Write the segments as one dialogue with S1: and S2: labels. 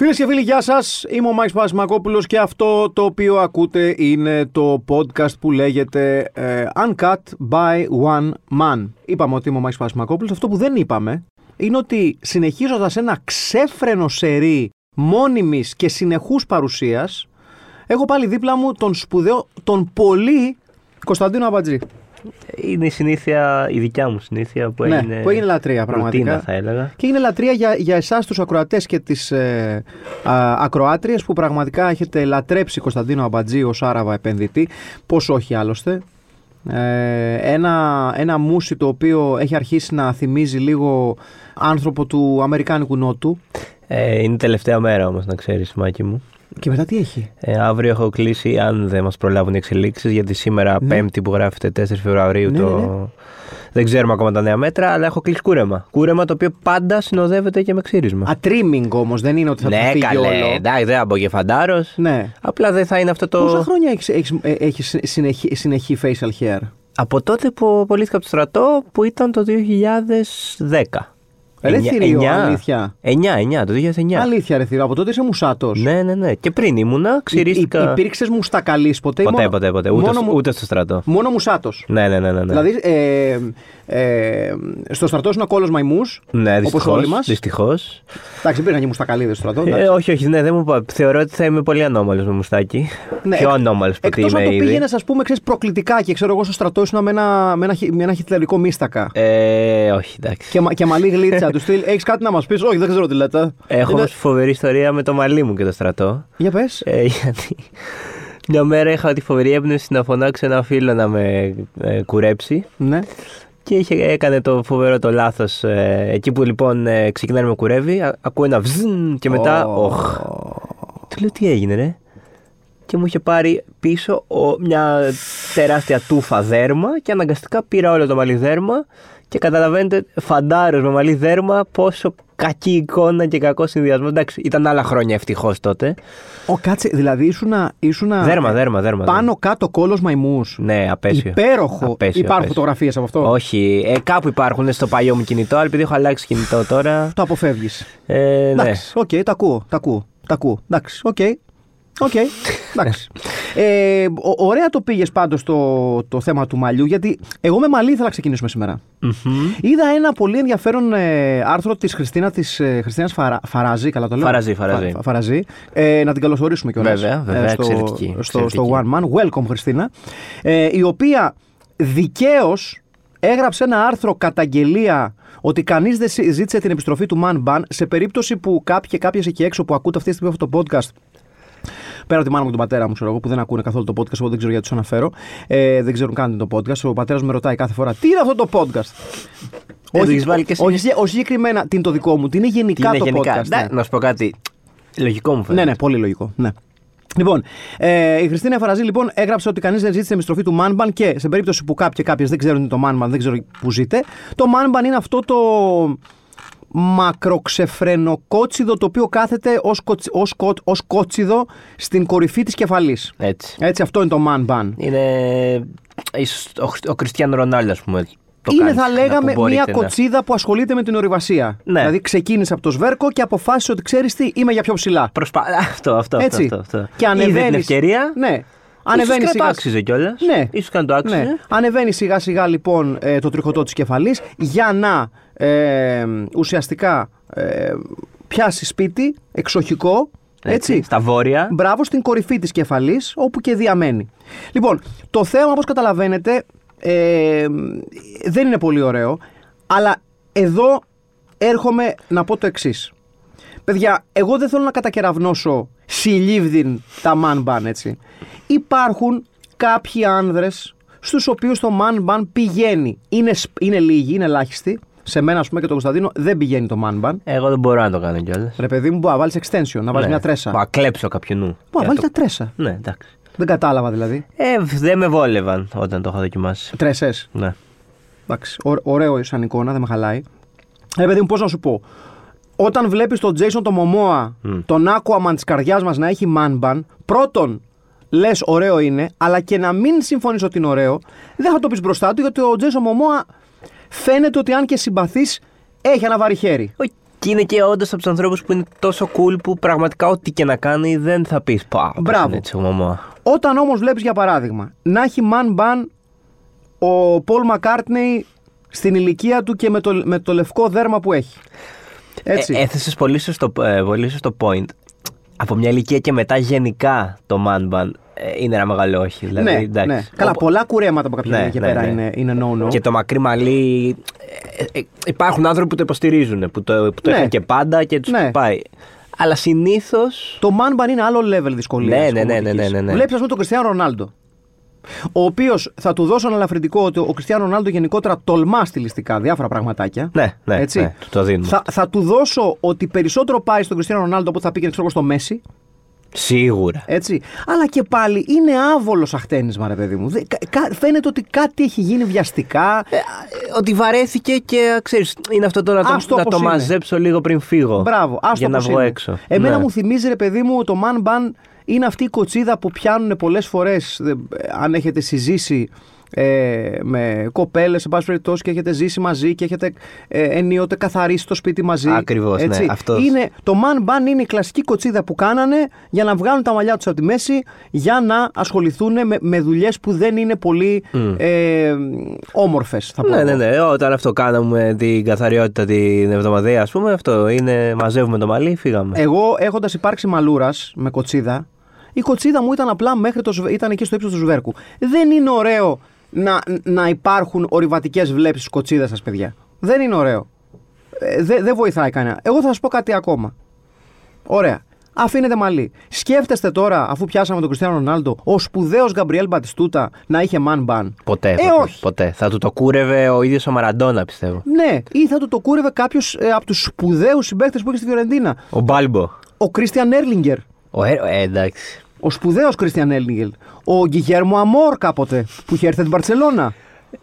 S1: Φίλε και φίλοι, γεια σας. Είμαι ο Μάκη Πασμακόπουλος και αυτό το οποίο ακούτε είναι το podcast που λέγεται ε, Uncut by One Man. Είπαμε ότι είμαι ο Μάκη Πασμακόπουλος. Αυτό που δεν είπαμε είναι ότι συνεχίζοντας ένα ξέφρενο σερί μόνιμης και συνεχούς παρουσίας, έχω πάλι δίπλα μου τον σπουδαίο, τον πολύ Κωνσταντίνο Αμπατζή.
S2: Είναι η συνήθεια, η δικιά μου συνήθεια που
S1: Ναι,
S2: έγινε.
S1: που έγινε λατρεία, πραγματικά.
S2: ρουτίνα, θα έλεγα.
S1: Και είναι λατρεία για, για εσάς τους ακροατές και τις ε, α, ακροάτριες που πραγματικά έχετε λατρέψει Κωνσταντίνο Αμπατζή ω άραβα επενδυτή. Πώς όχι άλλωστε. Ε, ένα, ένα μουσι το οποίο έχει αρχίσει να θυμίζει λίγο άνθρωπο του Αμερικάνικου Νότου.
S2: Ε, είναι η τελευταία μέρα όμως, να ξέρεις, Μάκη μου.
S1: Και μετά τι έχει.
S2: Ε, αύριο έχω κλείσει, αν δεν μας προλάβουν οι εξελίξεις, γιατί σήμερα,
S1: Ναι.
S2: Πέμπτη που γράφεται 4 Φεβρουαρίου,
S1: Ναι,
S2: το...
S1: ναι, ναι.
S2: δεν ξέρουμε ακόμα τα νέα μέτρα, αλλά έχω κλείσει κούρεμα. Κούρεμα το οποίο πάντα συνοδεύεται και με ξύρισμα.
S1: Ατρίμινγκ όμως, δεν είναι ότι θα το
S2: ναι,
S1: φύγει
S2: καλέ.
S1: όλο.
S2: Εντάξει, δεν θα μπω και φαντάρο.
S1: Ναι.
S2: Απλά δεν θα είναι αυτό το.
S1: Πόσα χρόνια έχεις, έχεις, ε, έχεις συνεχή, συνεχή facial hair.
S2: Από τότε που απολύθηκα από το στρατό που ήταν το 2010.
S1: Ρε
S2: Εννιά-
S1: θηρίο,
S2: εννιά.
S1: αλήθεια.
S2: Εννιά, εννιά, το 2009.
S1: Αλήθεια, ρε θηρίο, από τότε είσαι μουσάτος.
S2: Ναι, ναι, ναι. Και πριν ήμουνα, ξυρίχτηκα.
S1: Υπήρξες μουστακαλής ποτέ. ή
S2: Ποτέ,
S1: μόνο-
S2: ποτέ, ποτέ. Ούτε,
S1: μόνο,
S2: στο-
S1: μου-
S2: ούτε στο στρατό.
S1: μόνο μουσάτος.
S2: Ναι, ναι, ναι, ναι. ναι.
S1: Δηλαδή, ε, ε, στο στρατό είναι ο κόλος μαϊμούς.
S2: ναι,
S1: όπως
S2: δυστυχώς,
S1: όλοι μας.
S2: δυστυχώς.
S1: Εντάξει, υπήρχαν και μουστακαλίδες στο στρατό.
S2: Ε, όχι, όχι, ναι, δεν μου είπα. Θεωρώ ότι θα είμαι πολύ ανώμαλος με μουστάκι. Πιο ανώμαλος που
S1: Εκτό Ναι, αν το
S2: είμαι ήδη.
S1: πήγαινες, ας πούμε, ξέρεις προκλητικά και ξέρω εγώ στο στρατό ήσουν με ένα, με ένα, χι- με ένα χιτλερικό μίστακα.
S2: Ε, όχι, εντάξει.
S1: Και, μα- και μαλλί γλίτσα του στυλ. Έχεις κάτι να μας πεις, Όχι, δεν ξέρω τι λέτε.
S2: Έχω
S1: Είναι-
S2: όμως φοβερή ιστορία με το μαλλί μου και το στρατό.
S1: Για πες.
S2: Ε, γιατί μια μέρα είχα τη φοβερή έμπνευση να φωνάξω ένα φίλο να με ε, κουρέψει
S1: Ναι.
S2: και είχε, έκανε το φοβερό το λάθος. ε, εκεί που λοιπόν ε, ξεκινάει να με κουρεύει, α, ακούω ένα βζν και μετά
S1: Ω.
S2: οχ. Του λέω τι έγινε ρε. Και μου είχε πάρει πίσω ο- μια τεράστια τούφα δέρμα και αναγκαστικά πήρα όλο το μαλλί δέρμα και καταλαβαίνετε φαντάρος με μαλλί δέρμα πόσο κακή εικόνα και κακό συνδυασμό. Εντάξει, ήταν άλλα χρόνια ευτυχώς τότε.
S1: Ο κάτσε, δηλαδή ήσουνα. ήσουνα
S2: Δέρμα, δέρμα, δέρμα.
S1: Πάνω κάτω κόλος μαϊμούς.
S2: Ναι, απέσιο.
S1: Υπέροχο.
S2: Απέσιο,
S1: Υπάρχουν
S2: απέσιο.
S1: φωτογραφίες από αυτό.
S2: Όχι, ε, κάπου υπάρχουν στο παλιό μου κινητό, αλλά επειδή έχω αλλάξει κινητό τώρα.
S1: Το αποφεύγεις.
S2: Ε, ναι.
S1: Εντάξει, οκ, τα ακούω, τα ακούω, τα ακούω. Εντάξει, οκ. Οκ, εντάξει. ε, ο- ωραία το πήγες πάντως το, το θέμα του μαλλιού, γιατί εγώ με μαλλί ήθελα να ξεκινήσουμε σήμερα.
S2: Μμμ.
S1: Είδα ένα πολύ ενδιαφέρον ε, άρθρο της Χριστίνα της, ε, Χριστίνας Φαρα, Φαραζή, καλά το λέω.
S2: Φαραζή, Φαραζή.
S1: Φα- Φαραζή. Ε, να την καλωσορίσουμε κιόλας.
S2: Βέβαια, βέβαια,
S1: ε, στο,
S2: εξαιρετική,
S1: Στο, στο One
S2: εξαιρετική.
S1: Man. Welcome, Χριστίνα. Ε, η οποία δικαίως έγραψε ένα άρθρο καταγγελία ότι κανείς δεν συ- ζήτησε την επιστροφή του Man Ban σε περίπτωση που κάποιοι και κάποιες εκεί έξω που ακούτε αυτή τη στιγμή αυτό το podcast Πέρα από τη μάνα μου και τον πατέρα μου, ξέρω εγώ, που δεν ακούνε καθόλου το podcast, οπότε δεν ξέρω γιατί τους αναφέρω. Ε, δεν ξέρουν καν τι είναι το podcast. Ο πατέρας με ρωτάει κάθε φορά, τι είναι αυτό το podcast.
S2: Ε, το έχεις βάλει και εσύ.
S1: όχι, συ- όχι συγκεκριμένα τι είναι το δικό μου, τι είναι
S2: Τι
S1: γενικά
S2: είναι
S1: το
S2: γενικά.
S1: podcast.
S2: Ναι,
S1: ναι.
S2: Να σου πω κάτι. Λογικό μου φαίνεται.
S1: Ναι, ναι, πολύ λογικό. Ναι. Λοιπόν, ε, η Χριστίνα Φαραζή λοιπόν έγραψε ότι κανείς δεν ζήτησε την επιστροφή του Μάνμπαν και σε περίπτωση που κάποιοι και κάποιες δεν ξέρουν τι είναι το Μάνμπαν, δεν ξέρω που ζείτε, το Μάνμπαν είναι αυτό το μακροξεφρενοκότσιδο το οποίο κάθεται ως, κοτσι, ως, κο- ως κότσιδο στην κορυφή της κεφαλής.
S2: Έτσι.
S1: Έτσι, αυτό είναι το man ban.
S2: Είναι ίσως ο, Χρυσ- ο Κριστιανό Ρονάλντο, ας πούμε. Το
S1: είναι,
S2: κάνει
S1: θα
S2: συχνά,
S1: λέγαμε,
S2: που μπορείτε
S1: μια
S2: να-
S1: κοτσίδα που ασχολείται με την ορειβασία.
S2: Ναι.
S1: Δηλαδή, ξεκίνησε από το σβέρκο και αποφάσισε ότι ξέρεις τι, είμαι για πιο ψηλά.
S2: Προσπα... Αυτό, αυτό,
S1: Έτσι.
S2: αυτό, αυτό, αυτό.
S1: Και
S2: Είδε
S1: ανεβαίνει.
S2: την ευκαιρία.
S1: Ναι. Ανεβαίνει
S2: Ανεβαίνει Ίσως και
S1: σιγά.
S2: να το άξιζε κιόλας.
S1: Ναι.
S2: Ίσως και να το άξιζε.
S1: Ναι. Ανεβαίνει σιγά σιγά λοιπόν ε, το τριχωτό της κεφαλής για να ε, ουσιαστικά ε, πιάσει σπίτι εξοχικό. Έτσι.
S2: Στα βόρεια.
S1: Μπράβο στην κορυφή της κεφαλής όπου και διαμένει. Λοιπόν, το θέμα όπως καταλαβαίνετε ε, δεν είναι πολύ ωραίο, αλλά εδώ έρχομαι να πω το εξής. Παιδιά, εγώ δεν θέλω να κατακεραυνώσω συλλήβδιν τα man ban, έτσι. Υπάρχουν κάποιοι άνδρες στους οποίους το man ban πηγαίνει. Είναι, σπ- είναι λίγοι, είναι ελάχιστοι. Σε μένα, ας πούμε, και τον Κωνσταντίνο δεν πηγαίνει το man ban.
S2: Εγώ δεν μπορώ να το κάνω κιόλας.
S1: Ρε παιδί μου, μπορεί να βάλεις extension, να βάλεις μια τρέσα.
S2: Να κλέψω κάποιον νου.
S1: Μπορεί να
S2: Ναι. Για
S1: βάλεις
S2: το-
S1: μια τρέσα.
S2: Ναι, εντάξει.
S1: Δεν κατάλαβα δηλαδή.
S2: Ε, δεν με βόλευαν όταν το είχα δοκιμάσει.
S1: Τρέσσε.
S2: Ναι.
S1: Εντάξει, ω- ωραίο σαν εικόνα, δεν με χαλάει. Ρε παιδί μου, πώς να σου πω. Όταν βλέπεις τον Jason τον Μωμόα, τον Aquaman της καρδιάς μας να έχει manban, πρώτον λες ωραίο είναι, αλλά και να μην συμφωνείς ότι είναι ωραίο, δεν θα το πεις μπροστά του γιατί ο Jason Μωμόα φαίνεται ότι αν και συμπαθείς, έχει αναβάρει χέρι.
S2: Όχι, Και είναι και όντως από τους ανθρώπους που είναι τόσο cool που πραγματικά ό,τι και να κάνει δεν θα πεις. Πα, πώς
S1: Μπράβο.
S2: είναι Έτσι, ο μαμά.
S1: Όταν όμως βλέπεις για παράδειγμα να έχει man ban ο Πολ Μακάρτνεϊ στην ηλικία του και με το, με το λευκό δέρμα που έχει. Έτσι.
S2: Ε, έθεσες πολύ σωστό, ε, πολύ σωστό point. Από μια ηλικία και μετά γενικά το man bun ε, είναι ένα μεγάλο όχι. Δηλαδή,
S1: ναι,
S2: εντάξει.
S1: ναι. Καλά,
S2: Οπο-
S1: πολλά κουρέματα από κάποια
S2: Ναι,
S1: στιγμή και
S2: ναι,
S1: πέρα
S2: ναι.
S1: είναι, είναι no-no.
S2: Και το μακρύ μαλλί. ε, ε, ε, υπάρχουν άνθρωποι που το υποστηρίζουν, που το, που το
S1: Ναι.
S2: είχαν και πάντα και τους
S1: Ναι.
S2: πάει. Αλλά συνήθως.
S1: Το manban είναι άλλο level δυσκολίας.
S2: Ναι, ναι, ναι, ναι, ναι, ναι, ναι.
S1: Βλέπεις, ας πούμε, τον Κριστιανό Ρονάλντο. Ο οποίος θα του δώσω ένα ελαφρυντικό ότι ο Κριστιανό Ρονάλντο γενικότερα τολμά στιλιστικά διάφορα πραγματάκια.
S2: Ναι, ναι,
S1: έτσι.
S2: ναι, του το δίνουμε.
S1: Θα, θα του δώσω ότι περισσότερο πάει στον Κριστιανό Ρονάλντο από ότι θα πήγαινε ξέρω εγώ, στο Μέση.
S2: Σίγουρα.
S1: Έτσι. Αλλά και πάλι είναι άβολος αχτένισμα, ρε παιδί μου. Δε- κα- κα- φαίνεται ότι κάτι έχει γίνει βιαστικά.
S2: Ε, ότι βαρέθηκε και ξέρεις, είναι αυτό το να το,
S1: Ας το
S2: να
S1: όπως
S2: το
S1: είναι.
S2: μαζέψω λίγο πριν φύγω.
S1: Μπράβο, άστο
S2: Για να
S1: όπως
S2: βγω
S1: είναι.
S2: έξω.
S1: Εμένα
S2: Ναι.
S1: μου θυμίζει, ρε παιδί μου, το man ban είναι αυτή η κοτσίδα που πιάνουν πολλές φορές. Αν έχετε συζήσει ε, με κοπέλες, σε πάση περιπτώσει, και έχετε ζήσει μαζί και έχετε ε, ενίοτε καθαρίσει το σπίτι μαζί.
S2: Ακριβώς, ναι,
S1: έτσι.
S2: αυτός.
S1: Είναι, το man ban είναι η κλασική κοτσίδα που κάνανε για να βγάλουν τα μαλλιά τους από τη μέση για να ασχοληθούν με, με δουλειές που δεν είναι πολύ ε, όμορφες, θα πω.
S2: Ναι,
S1: εγώ.
S2: ναι, ναι. Όταν αυτό κάναμε την καθαριότητα την εβδομαδία, ας πούμε, αυτό είναι μαζεύουμε το μαλλί, φύγαμε.
S1: Εγώ έχοντας υπάρξει μαλούρας με κοτσίδα, η κοτσίδα μου ήταν απλά μέχρι το, σβε- ήταν εκεί στο ύψος του σβέρκου. Δεν είναι ωραίο να, να υπάρχουν ορειβατικές βλέψεις κοτσίδας σας, παιδιά. Δεν είναι ωραίο. Ε, Δεν δεν βοηθάει κανένα. Εγώ θα σας πω κάτι ακόμα. Ωραία. Αφήνετε μαλλί. Σκέφτεστε τώρα, αφού πιάσαμε τον Κριστιανό Ρονάλντο, ο σπουδαίος Γκαμπριέλ Μπατιστούτα να είχε man ban.
S2: Ποτέ,
S1: Ε,
S2: ποτέ,
S1: όχι.
S2: ποτέ. Θα του το κούρευε ο ίδιος ο Μαραντόνα, πιστεύω.
S1: Ναι, ή θα του το κούρευε κάποιος από τους σπουδαίους συμπαίκτες που είχε στη Φιωρεντίνα.
S2: Ο Μπάλμπο.
S1: Ο Κρίστιαν Έρλιγκερ.
S2: Ο ε, ε, εντάξει.
S1: Ο σπουδαίος Κριστιαν Έλνιγελ. Ο Γκυγέρμο Αμόρ κάποτε που είχε έρθει από την Παρσελώνα.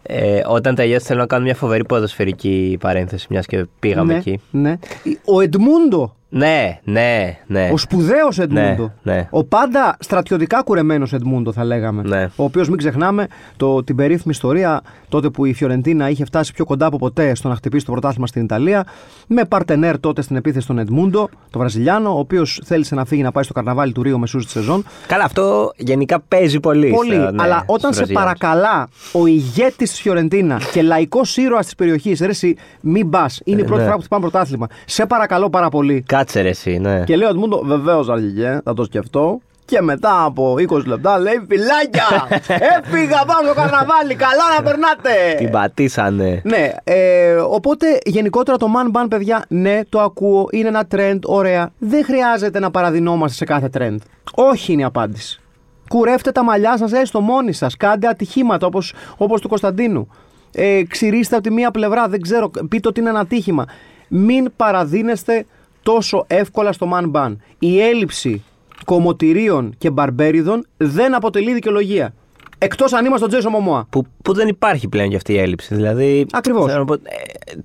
S2: Ε, όταν τελειώσει, θέλω να κάνω μια φοβερή ποδοσφαιρική παρένθεση, μιας και πήγαμε
S1: ναι,
S2: εκεί.
S1: ναι. Ο Εντμούντο.
S2: Ναι, ναι, ναι.
S1: Ο σπουδαίος Εντμούντο.
S2: Ναι, ναι.
S1: Ο πάντα στρατιωτικά κουρεμένος Εντμούντο, θα λέγαμε.
S2: Ναι.
S1: Ο οποίος, μην ξεχνάμε, το, την περίφημη ιστορία τότε που η Φιωρεντίνα είχε φτάσει πιο κοντά από ποτέ στο να χτυπήσει το πρωτάθλημα στην Ιταλία. Με παρτενέρ τότε στην επίθεση τον Εντμούντο, τον Βραζιλιάνο, ο οποίος θέλησε να φύγει να πάει στο καρναβάλι του Ρίου μεσούς της σεζόν.
S2: Καλά, αυτό γενικά παίζει πολύ.
S1: Πολύ.
S2: στα- ναι,
S1: αλλά όταν
S2: στους
S1: σε
S2: Βραζιλιάνους.
S1: παρακαλά ο ηγέτης της Φιωρεντίνα και λαϊκός ήρωας της περιοχής, ρε, εσύ, μην πας. Είναι η πρώτη
S2: ναι.
S1: φορά που χτυπάμε πρωτάθλημα. Σε παρακαλώ πάρα πολύ.
S2: Κάτσε ρε, εσύ, ναι.
S1: Και λέει ο Ατμούντο, βεβαίω αρχηγέ, θα το σκεφτώ. Και μετά από 20 λεπτά λέει: Φιλάκια! Έφυγα πάω στο καρναβάλι. Καλά να περνάτε!
S2: Την πατήσανε.
S1: Ναι, ε, οπότε γενικότερα το man ban, παιδιά, ναι, το ακούω, είναι ένα trend, ωραία. Δεν χρειάζεται να παραδεινόμαστε σε κάθε trend. Όχι είναι η απάντηση. Κουρεύτε τα μαλλιά σας έστω μόνοι σας, κάντε ατυχήματα όπως, όπως του Κωνσταντίνου. Ε, ξυρίστε από τη μία πλευρά, δεν ξέρω, πείτε ότι είναι ένα ατύχημα. Μην παραδίνεστε τόσο εύκολα στο man ban. Η έλλειψη κομμωτηρίων και μπαρμπέριδων δεν αποτελεί δικαιολογία. Εκτός αν είμαστε ο Τζέσο Μωμόα.
S2: Που, που δεν υπάρχει πλέον και αυτή η έλλειψη. Δηλαδή.
S1: Ακριβώς.
S2: θέλω να πω, ε,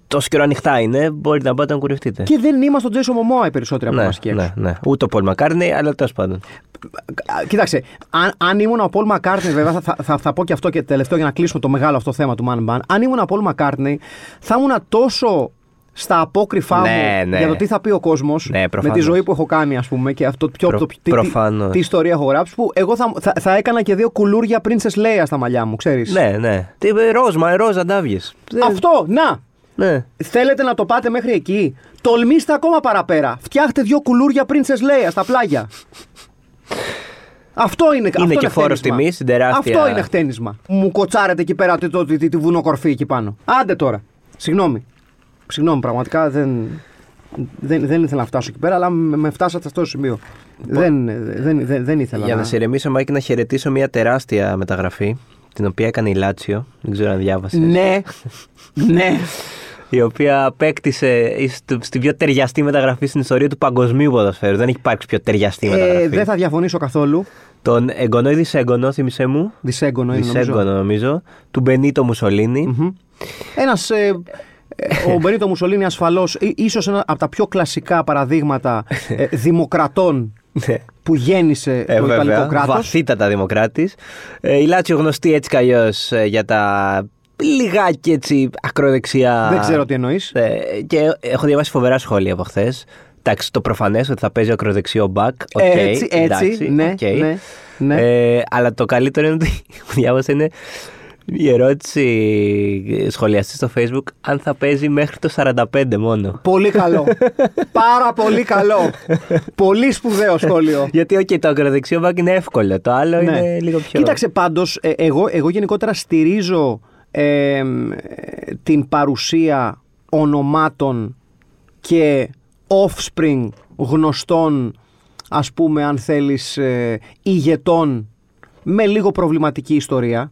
S2: τόσο καιρό ανοιχτά είναι, μπορείτε να πάτε να κουρευτείτε.
S1: Και δεν είμαστε ο Τζέσο Μωμόα οι περισσότεροι από
S2: ναι,
S1: εμάς εκεί έξω.
S2: ναι, ναι. Ούτε ο Πολ Μακάρνι, αλλά τέλος πάντων.
S1: Α, Κοίταξε, αν, αν ήμουν ο Πολ Μακάρτνεϊ, βέβαια θα, θα, θα πω και αυτό και τελευταίο για να κλείσουμε το μεγάλο αυτό θέμα του Man Ban. Αν ήμουν ο Πολ Μακάρτνεϊ, θα ήμουν τόσο στα απόκριφά
S2: Ναι,
S1: μου
S2: ναι.
S1: για το τι θα πει ο κόσμος
S2: Ναι,
S1: με
S2: προφανώς.
S1: τη ζωή που έχω κάνει, ας πούμε, και αυτό πιο,
S2: Προ-
S1: το, τι- τι,
S2: προφανώς.
S1: τι ιστορία έχω γράψει, που εγώ θα, θα, θα έκανα και δύο κουλούρια Princess Leia στα μαλλιά μου, ξέρεις.
S2: Ναι, ναι. Τι είπε, ροζ, μα ροζ αντάβιε.
S1: Αυτό, να!
S2: Ναι.
S1: Θέλετε να το πάτε μέχρι εκεί. Τολμήστε ακόμα παραπέρα. Φτιάχτε δύο κουλούρια Princess Leia στα πλάγια. Αυτό είναι αυτό
S2: και φόρος
S1: χτένισμα.
S2: τιμής, είναι τεράστια.
S1: Αυτό είναι χτένισμα. Μου κοτσάρετε εκεί πέρα τη, το- τη, τη, τη βουνοκορφή εκεί πάνω. Άντε τώρα. Συγγνώμη. Συγγνώμη, πραγματικά δεν, δεν, δεν ήθελα να φτάσω εκεί πέρα, αλλά με, με φτάσατε σε αυτό το σημείο. Δεν, δεν, δεν, δεν ήθελα
S2: Για να σε ηρεμήσω, Μάκη, να χαιρετήσω μια τεράστια μεταγραφή, την οποία έκανε η Λάτσιο. Δεν ξέρω αν διάβασες.
S1: Ναι, ναι.
S2: Η οποία απέκτησε στο- στην πιο ταιριαστή μεταγραφή στην ιστορία του παγκοσμίου ποδοσφαίρου. Δεν έχει υπάρξει πιο ταιριαστή μεταγραφή.
S1: ε, δεν θα διαφωνήσω καθόλου.
S2: Τον εγγονό ή δισεγγονό, θύμισε μου.
S1: Δυσέγγωνο είναι Ναι, νομίζω.
S2: Δισέγγονο νομίζω. Του Μπενίτο Μουσολίνη.
S1: Ένας. Ε, ο Μπενίτο Μουσολίνη ασφαλώς, ίσως ένα από τα πιο κλασικά παραδείγματα ε, δημοκρατών
S2: Ναι. Ε,
S1: που γέννησε το Ιταλικό κράτος.
S2: βαθύτατα δημοκράτης. Ε, η Λάτσιο γνωστή έτσι κι αλλιώς για τα λιγάκι έτσι ακροδεξιά.
S1: Δεν ξέρω τι εννοείς.
S2: Ε, και έχω διαβάσει φοβερά σχόλια από χθες. Εντάξει, το προφανές ότι θα παίζει ο ακροδεξιό μπακ. οκ,
S1: έτσι, έτσι.
S2: εντάξει,
S1: ναι,
S2: οκ.
S1: ναι, ναι.
S2: Ε, αλλά το καλύτερο είναι ότι που διάβασα είναι η ερώτηση σχολιαστής στο facebook αν θα παίζει μέχρι το 45 μόνο.
S1: Πολύ καλό. Πάρα πολύ καλό. πολύ σπουδαίο σχόλιο.
S2: Γιατί οκ, το ακροδεξιό μπακ είναι εύκολο, το
S1: Ναι.
S2: άλλο είναι λίγο πιο.
S1: Κοίταξε πάντως, εγώ, εγώ γενικότερα στηρίζω ε, ε, την παρουσία ονομάτων και offspring γνωστών, ας πούμε, αν θέλεις, ε, ηγετών με λίγο προβληματική ιστορία.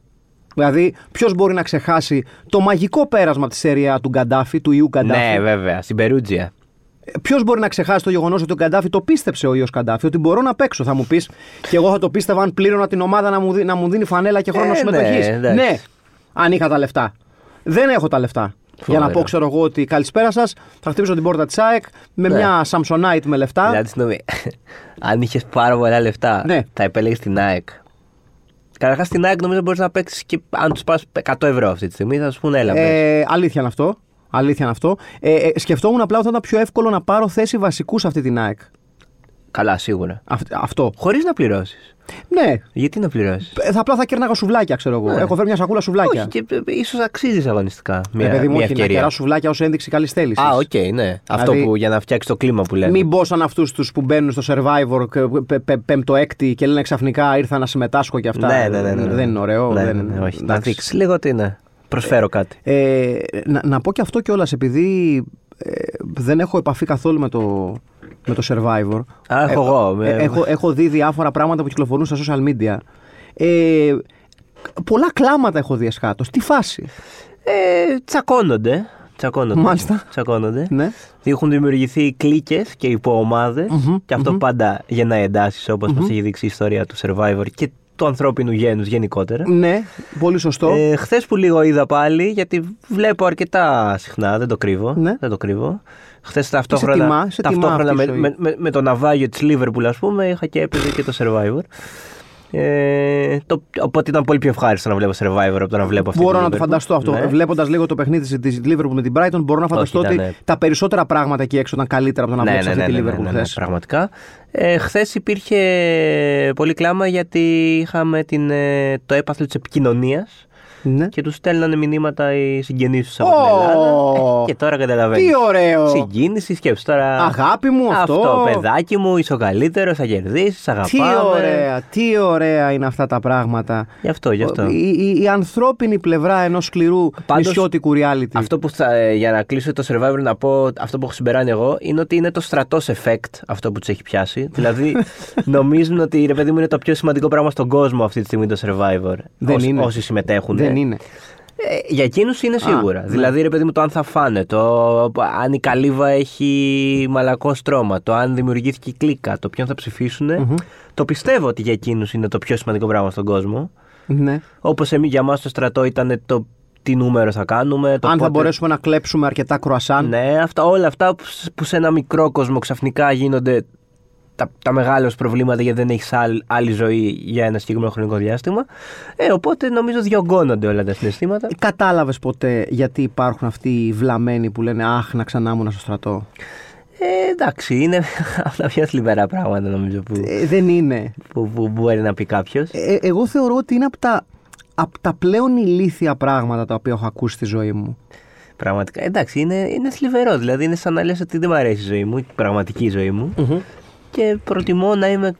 S1: Δηλαδή, ποιος μπορεί να ξεχάσει το μαγικό πέρασμα από τη σέρια του Γκαντάφη, του ιού Γκαντάφη.
S2: Ναι, βέβαια, στην Περούτζια.
S1: Ποιος μπορεί να ξεχάσει το γεγονός ότι ο Καντάφη το πίστεψε ο ίδιο Καντάφη, ότι μπορώ να παίξω, θα μου πεις. Και εγώ θα το πίστευα αν πλήρωνα την ομάδα να μου, δι- να μου δίνει φανέλα και χρόνο
S2: Ε,
S1: συμμετοχή.
S2: ναι, εντάξει.
S1: αν είχα τα λεφτά. Δεν έχω τα λεφτά. Για να
S2: Φοβερό.
S1: πω, ξέρω εγώ ότι καλησπέρα σας, θα χτυπήσω την πόρτα της ΑΕΚ με
S2: Ναι.
S1: μια Samsonite με λεφτά.
S2: Δηλαδή, συγγνώμη, αν είχες πάρα πολλά λεφτά,
S1: Ναι.
S2: θα επέλεγες την ΑΕΚ. Καταρχάς, στην ΑΕΚ νομίζω μπορείς να παίξεις και αν τους πας 100 ευρώ αυτή τη στιγμή, θα σου πούνε έλα. Ε,
S1: Ε, αλήθεια είναι αυτό. Αλήθεια είναι αυτό. Ε, ε, σκεφτόμουν απλά ότι θα ήταν πιο εύκολο να πάρω θέση βασικού σε αυτή την ΑΕΚ.
S2: Καλά, σίγουρα.
S1: Αυτ- αυτό.
S2: Χωρίς να πληρώσεις.
S1: Ναι.
S2: Γιατί να πληρώσεις.
S1: Ε, Θα απλά θα κέρναγα σουβλάκια, ξέρω εγώ.
S2: Ναι.
S1: Έχω φέρει μια σακούλα σουβλάκια.
S2: Όχι, και ε, ίσως αξίζει αγωνιστικά. Μια,
S1: Μια, Ε, παιδί μου,
S2: μια
S1: όχι, να
S2: ευκαιρία.
S1: κεράσω σουβλάκια ως ένδειξη καλής θέλησης.
S2: Α, οκ, ναι. Αυτό
S1: Δηλαδή-
S2: που για να φτιάξει το κλίμα που λέμε.
S1: Μην μπω σαν αυτούς τους που μπαίνουν στο survivor και πε- πε- πέμπτο-έκτη και λένε ξαφνικά ήρθα να συμμετάσχω και αυτά.
S2: Ναι, ναι, ναι, ναι, ναι.
S1: Δεν είναι ωραίο.
S2: Ναι,
S1: δεν...
S2: ναι, ναι, όχι. Να
S1: εντάξει.
S2: δείξεις λίγο ότι είναι. Προσφέρω κάτι.
S1: Ε, να, να πω και αυτό κιόλας, επειδή ε, δεν έχω επαφή καθόλου με το, με το survivor.
S2: Α, έχω εγώ, με-
S1: ε, έχω, έχω δει διάφορα πράγματα που κυκλοφορούν στα social media. Ε, πολλά κλάματα έχω δει εσχάτω. Τι φάση.
S2: Ε, τσακώνονται. Τσακώνονται.
S1: Μάλιστα.
S2: Τσακώνονται.
S1: Ναι.
S2: Έχουν δημιουργηθεί κλίκες και υποομαδε Και αυτο πάντα γεννάει εντάσεις όπως μας έχει δείξει η ιστορία του survivor και του ανθρώπινου γένους γενικότερα.
S1: ναι, πολύ σωστό.
S2: Ε, Χθες που λίγο είδα πάλι, γιατί βλέπω αρκετά συχνά, δεν το κρύβω.
S1: Ναι.
S2: Δεν το κρύβω. Χθες ταυτόχρονα,
S1: τιμά- σε τιμά
S2: ταυτόχρονα
S1: αυτή η
S2: με,
S1: ζωή.
S2: με, με, με το ναυάγιο της Λίβερπουλ, ας πούμε, είχα και έπαιζε και το Survivor. Ε, το, οπότε ήταν πολύ πιο ευχάριστο να βλέπω Survivor από το να βλέπω αυτή
S1: Μπορώ
S2: τη
S1: να το
S2: Liverpool.
S1: φανταστώ αυτό.
S2: Ναι.
S1: Βλέποντας λίγο το παιχνίδι της Liverpool με την Brighton, μπορώ να φανταστώ
S2: ήταν,
S1: ότι
S2: ναι.
S1: τα περισσότερα πράγματα εκεί έξω ήταν καλύτερα από το να βλέπει αυτή τη Liverpool χθες.
S2: πραγματικά. Ε, Χθες υπήρχε πολύ κλάμα γιατί είχαμε την, ε, το έπαθλο της επικοινωνίας ναι,
S1: Ναι.
S2: και τους στέλνανε μηνύματα οι συγγενείς τους από την
S1: Ω!
S2: Ελλάδα. Ε, και τώρα καταλαβαίνεις.
S1: Τι ωραίο!
S2: Συγκίνηση, σκέψη τώρα.
S1: Αγάπη μου αυτό.
S2: Αυτό, παιδάκι μου, είσαι ο καλύτερος, θα κερδίσεις, αγαπάμε.
S1: Τι ωραία, τι ωραία είναι αυτά τα πράγματα.
S2: Γι' αυτό, γι' αυτό.
S1: Η, η- η ανθρώπινη πλευρά ενός σκληρού
S2: Πάντως,
S1: νησιώτικου reality.
S2: Αυτό που θα, ε, για να κλείσω το Survivor να πω, αυτό που έχω συμπεράνει εγώ, είναι ότι είναι το στρατός effect αυτό που τους έχει πιάσει. δηλαδή, νομίζουν ότι ρε παιδί μου είναι το πιο σημαντικό πράγμα στον κόσμο αυτή τη στιγμή το Survivor.
S1: Δεν
S2: όσοι,
S1: είναι.
S2: όσοι συμμετέχουν.
S1: Δεν είναι.
S2: Ε, για εκείνους είναι σίγουρα.
S1: ναι.
S2: δηλαδή, ρε παιδί μου, το αν θα φάνε, το αν η καλύβα έχει μαλακό στρώμα, το αν δημιουργήθηκε η κλίκα, το ποιον θα ψηφισουν Το πιστεύω ότι για εκείνους είναι το πιο σημαντικό πράγμα στον κόσμο.
S1: Ναι.
S2: Όπως για εμάς το στρατό ήταν το τι νούμερο θα κάνουμε. Το
S1: Αν θα
S2: πότε-
S1: μπορέσουμε να κλέψουμε αρκετά κρουασάν.
S2: Ναι, αυτά, όλα αυτά που, σ- που σε ένα μικρό κόσμο ξαφνικά γίνονται τα, τα μεγάλα ως προβλήματα γιατί δεν έχεις άλλη ζωή για ένα συγκεκριμένο χρονικό διάστημα. Ε, οπότε νομίζω διωγγώνονται όλα τα συναισθήματα.
S1: Κατάλαβες ποτέ γιατί υπάρχουν αυτοί οι βλαμμένοι που λένε Αχ, να ξανά ήμουν στο στρατό.
S2: Ε, εντάξει, είναι αυτά πιο θλιβερά πράγματα νομίζω που,
S1: Ε, δεν είναι.
S2: που, που μπορεί να πει κάποιος.
S1: Ε, εγώ θεωρώ ότι είναι από τα, απ' τα πλέον ηλίθια πράγματα τα οποία έχω ακούσει στη ζωή μου.
S2: Πραγματικά. Εντάξει, είναι, είναι θλιβερό. Δηλαδή είναι σαν να λες ότι δεν μου αρέσει η ζωή μου, η πραγματική ζωή μου. Και προτιμώ να είμαι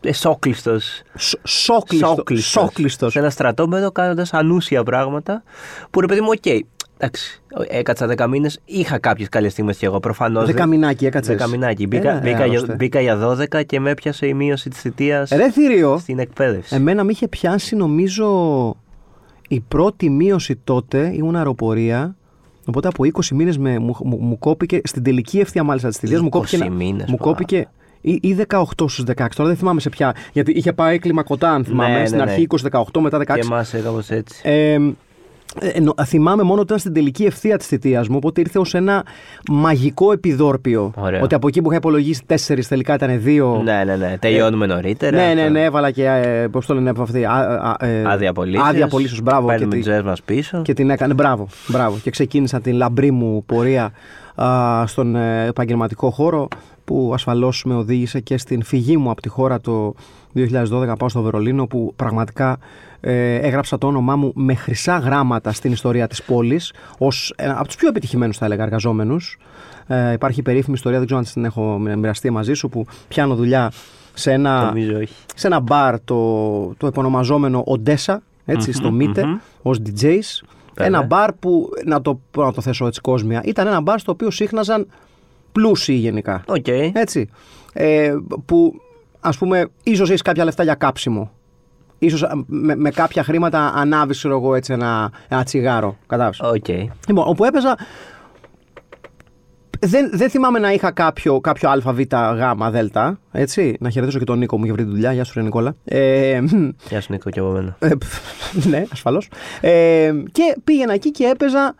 S2: εσόκλειστος.
S1: Σ- Σόκλιστο. Σόκλιστος.
S2: Σε ένα στρατόπεδο κάνοντας ανούσια πράγματα. Που ρε παιδί μου, οκ. εντάξει, έκατσα δέκα μήνες, είχα κάποιες καλές στιγμές κι εγώ προφανώς.
S1: Δεκαμινάκι έκατσε.
S2: Δεκαμινάκι. Μπήκα, μπήκα, για, μπήκα για 12 και με έπιασε η μείωση της θητείας
S1: Ρε θηρίο,
S2: στην εκπαίδευση.
S1: εμένα με είχε πιάσει νομίζω η πρώτη μείωση τότε ήμουν αεροπορία. Οπότε από 20 μήνε μου, μου, μου κόπηκε. Στην τελική ευθεία μάλιστα της θητείας μου
S2: 20
S1: κόπηκε. ένα-
S2: μήνες,
S1: μου
S2: μα.
S1: κόπηκε ή, ή 18 στου 16. Τώρα δεν θυμάμαι σε ποια. Γιατί είχε πάει κλιμακωτά, αν θυμάμαι.
S2: Ναι,
S1: στην
S2: ναι, ναι.
S1: αρχή 20-18, μετά 16.
S2: Και εμά κάπω έτσι.
S1: Ε, Ε, νο- θυμάμαι μόνο ότι ήταν στην τελική ευθεία της θητείας μου, οπότε ήρθε ως ένα μαγικό επιδόρπιο.
S2: Ωραίο.
S1: Ότι από εκεί που είχα υπολογίσει τέσσερις, τελικά ήταν δύο.
S2: Ναι, ναι, ναι. Τελειώνουμε νωρίτερα.
S1: Ε, ναι, ναι, ναι, έβαλα και. Ε, Πώς το λένε από αυτή. α, α, ε,
S2: Άδεια απολύσεις.
S1: Άδεια απολύσεως, μπράβο. και
S2: Παίρνουμε
S1: τη-
S2: τι ζωέ μας πίσω.
S1: και την έκανε. Μπράβο, μπράβο. Και ξεκίνησα την λαμπρή μου πορεία α, στον ε, επαγγελματικό χώρο που ασφαλώς με οδήγησε και στην φυγή μου από τη χώρα το 2012 πάω στο Βερολίνο που πραγματικά ε, έγραψα το όνομά μου με χρυσά γράμματα στην ιστορία της πόλης ως ε, από τους πιο επιτυχημένους θα έλεγα εργαζόμενους. Ε, υπάρχει η περίφημη ιστορία, δεν ξέρω αν την έχω μοιραστεί μαζί σου, που πιάνω δουλειά σε ένα
S2: Νομίζω όχι.
S1: σε ένα μπαρ το, το επωνομαζόμενο Οντέσα, έτσι, στο Μίτε, ως DJs.
S2: Βέβαια.
S1: Ένα μπαρ που, να το, πω- να το θέσω έτσι κόσμια, ήταν ένα μπαρ στο οποίο σύχναζαν πλούσιοι γενικά.
S2: Οκ.
S1: Έτσι. Ε, που, ας πούμε, ίσως έχεις κάποια λεφτά για κάψιμο. Ίσως α, με, με κάποια χρήματα ανάβεις, ξέρω εγώ, έτσι ένα, ένα τσιγάρο. Κατάλαβες.
S2: Οκ.
S1: Λοιπόν, όπου έπαιζα. Δεν, δεν θυμάμαι να είχα κάποιο, κάποιο Α, Β, Γ, Δ. Έτσι. Να χαιρετήσω και τον Νίκο μου για βρει τη δουλειά. Γεια σου, ρε Νικόλα. Ε,
S2: Γεια σου Νίκο και από μένα.
S1: ε, πφ, ναι, ασφαλώς. Ε, και πήγαινα εκεί και έπαιζα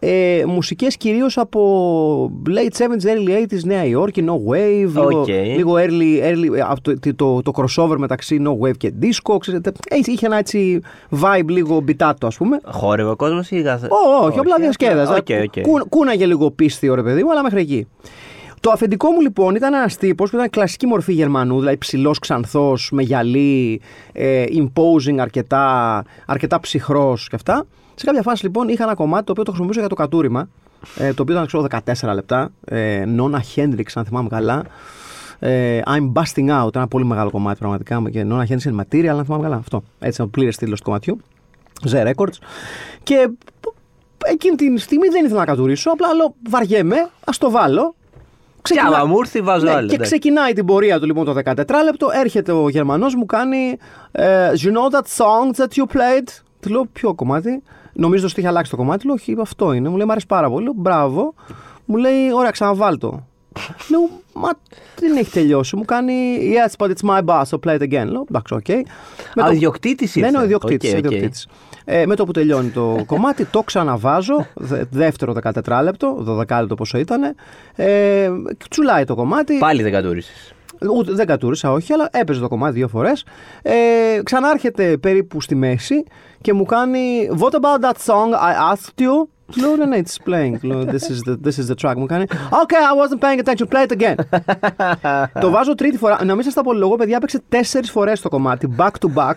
S1: ε, μουσικές κυρίως από late 70s, early 80s, Νέα Υόρκη, No Wave, λίγο,
S2: Οκ.
S1: λίγο early, early ε, από το, το, το crossover μεταξύ No Wave και Disco. Ξέρετε, ε, είχε ένα έτσι vibe λίγο μπιτάτο ας πούμε.
S2: Χόρευε ο κόσμος ή κάθε.
S1: Ω, όχι, απλά διασκέδαζα.
S2: Οκ, οκ.
S1: Κού- Κούναγε λίγο πίστιο, ρε παιδί μου, αλλά μέχρι εκεί. Το αφεντικό μου λοιπόν ήταν ένας τύπος που ήταν κλασική μορφή Γερμανού, δηλαδή ψηλός, ξανθός, με γυαλί, ε, imposing αρκετά, αρκετά ψυχρός και αυτά. Σε κάποια φάση λοιπόν είχα ένα κομμάτι το οποίο το χρησιμοποιούσα για το κατούριμα, ε, το οποίο ήταν ξέρω 14 λεπτά. Ε, Νόνα Χέντριξ, αν θυμάμαι καλά. Ε, I'm busting out, ένα πολύ μεγάλο κομμάτι πραγματικά. Και Νόνα Χέντριξ είναι material, αν θυμάμαι καλά. Αυτό. Έτσι, ο πλήρε τίτλο του κομματιού. Z Records. Και εκείνη την στιγμή δεν ήθελα να κατουρίσω, απλά λέω βαριέμαι, ας το βάλω.
S2: Κι άμα μου ήρθει, βάζω
S1: Ναι,
S2: άλλο,
S1: Και
S2: εντάξει.
S1: ξεκινάει την πορεία του λοιπόν το 14 λεπτό, έρχεται ο Γερμανός, μου κάνει. ε, you know that song that you played. Του λέω ποιο κομμάτι. Νομίζω ότι είχε αλλάξει το κομμάτι. Λέω όχι, αυτό είναι. Μου λέει Μ' αρέσει πάρα πολύ. Λέω μπράβο. Μου λέει ωραία, ξαναβάλ το. Λέω μα δεν έχει τελειώσει. Μου κάνει yes, but it's my bass, so play it again. Λέω εντάξει, οκ. Με
S2: Α,
S1: το-
S2: ο ιδιοκτήτης
S1: Ναι, ναι, ο
S2: ήρθε.
S1: ιδιοκτήτη.
S2: Οκ, οκ.
S1: Ε, με το που τελειώνει το κομμάτι, το ξαναβάζω. δε- δεύτερο 14 λεπτό, 12 λεπτό πόσο ήταν. Ε, τσουλάει το κομμάτι.
S2: Πάλι δεν κατούρισες.
S1: Ούτε, δεν κατούρισα, όχι, αλλά έπαιζε το κομμάτι δύο φορές. Ε, ξανάρχεται περίπου στη μέση και μου κάνει What about that song I asked you? Λέω ναι, ναι, it's playing. Λέω, this, is the, this is the track. Μου κάνει Okay, I wasn't paying attention, play it again. το βάζω τρίτη φορά. Να μην σας τα απολογώ, παιδιά, έπαιξε τέσσερις φορές το κομμάτι, back to back.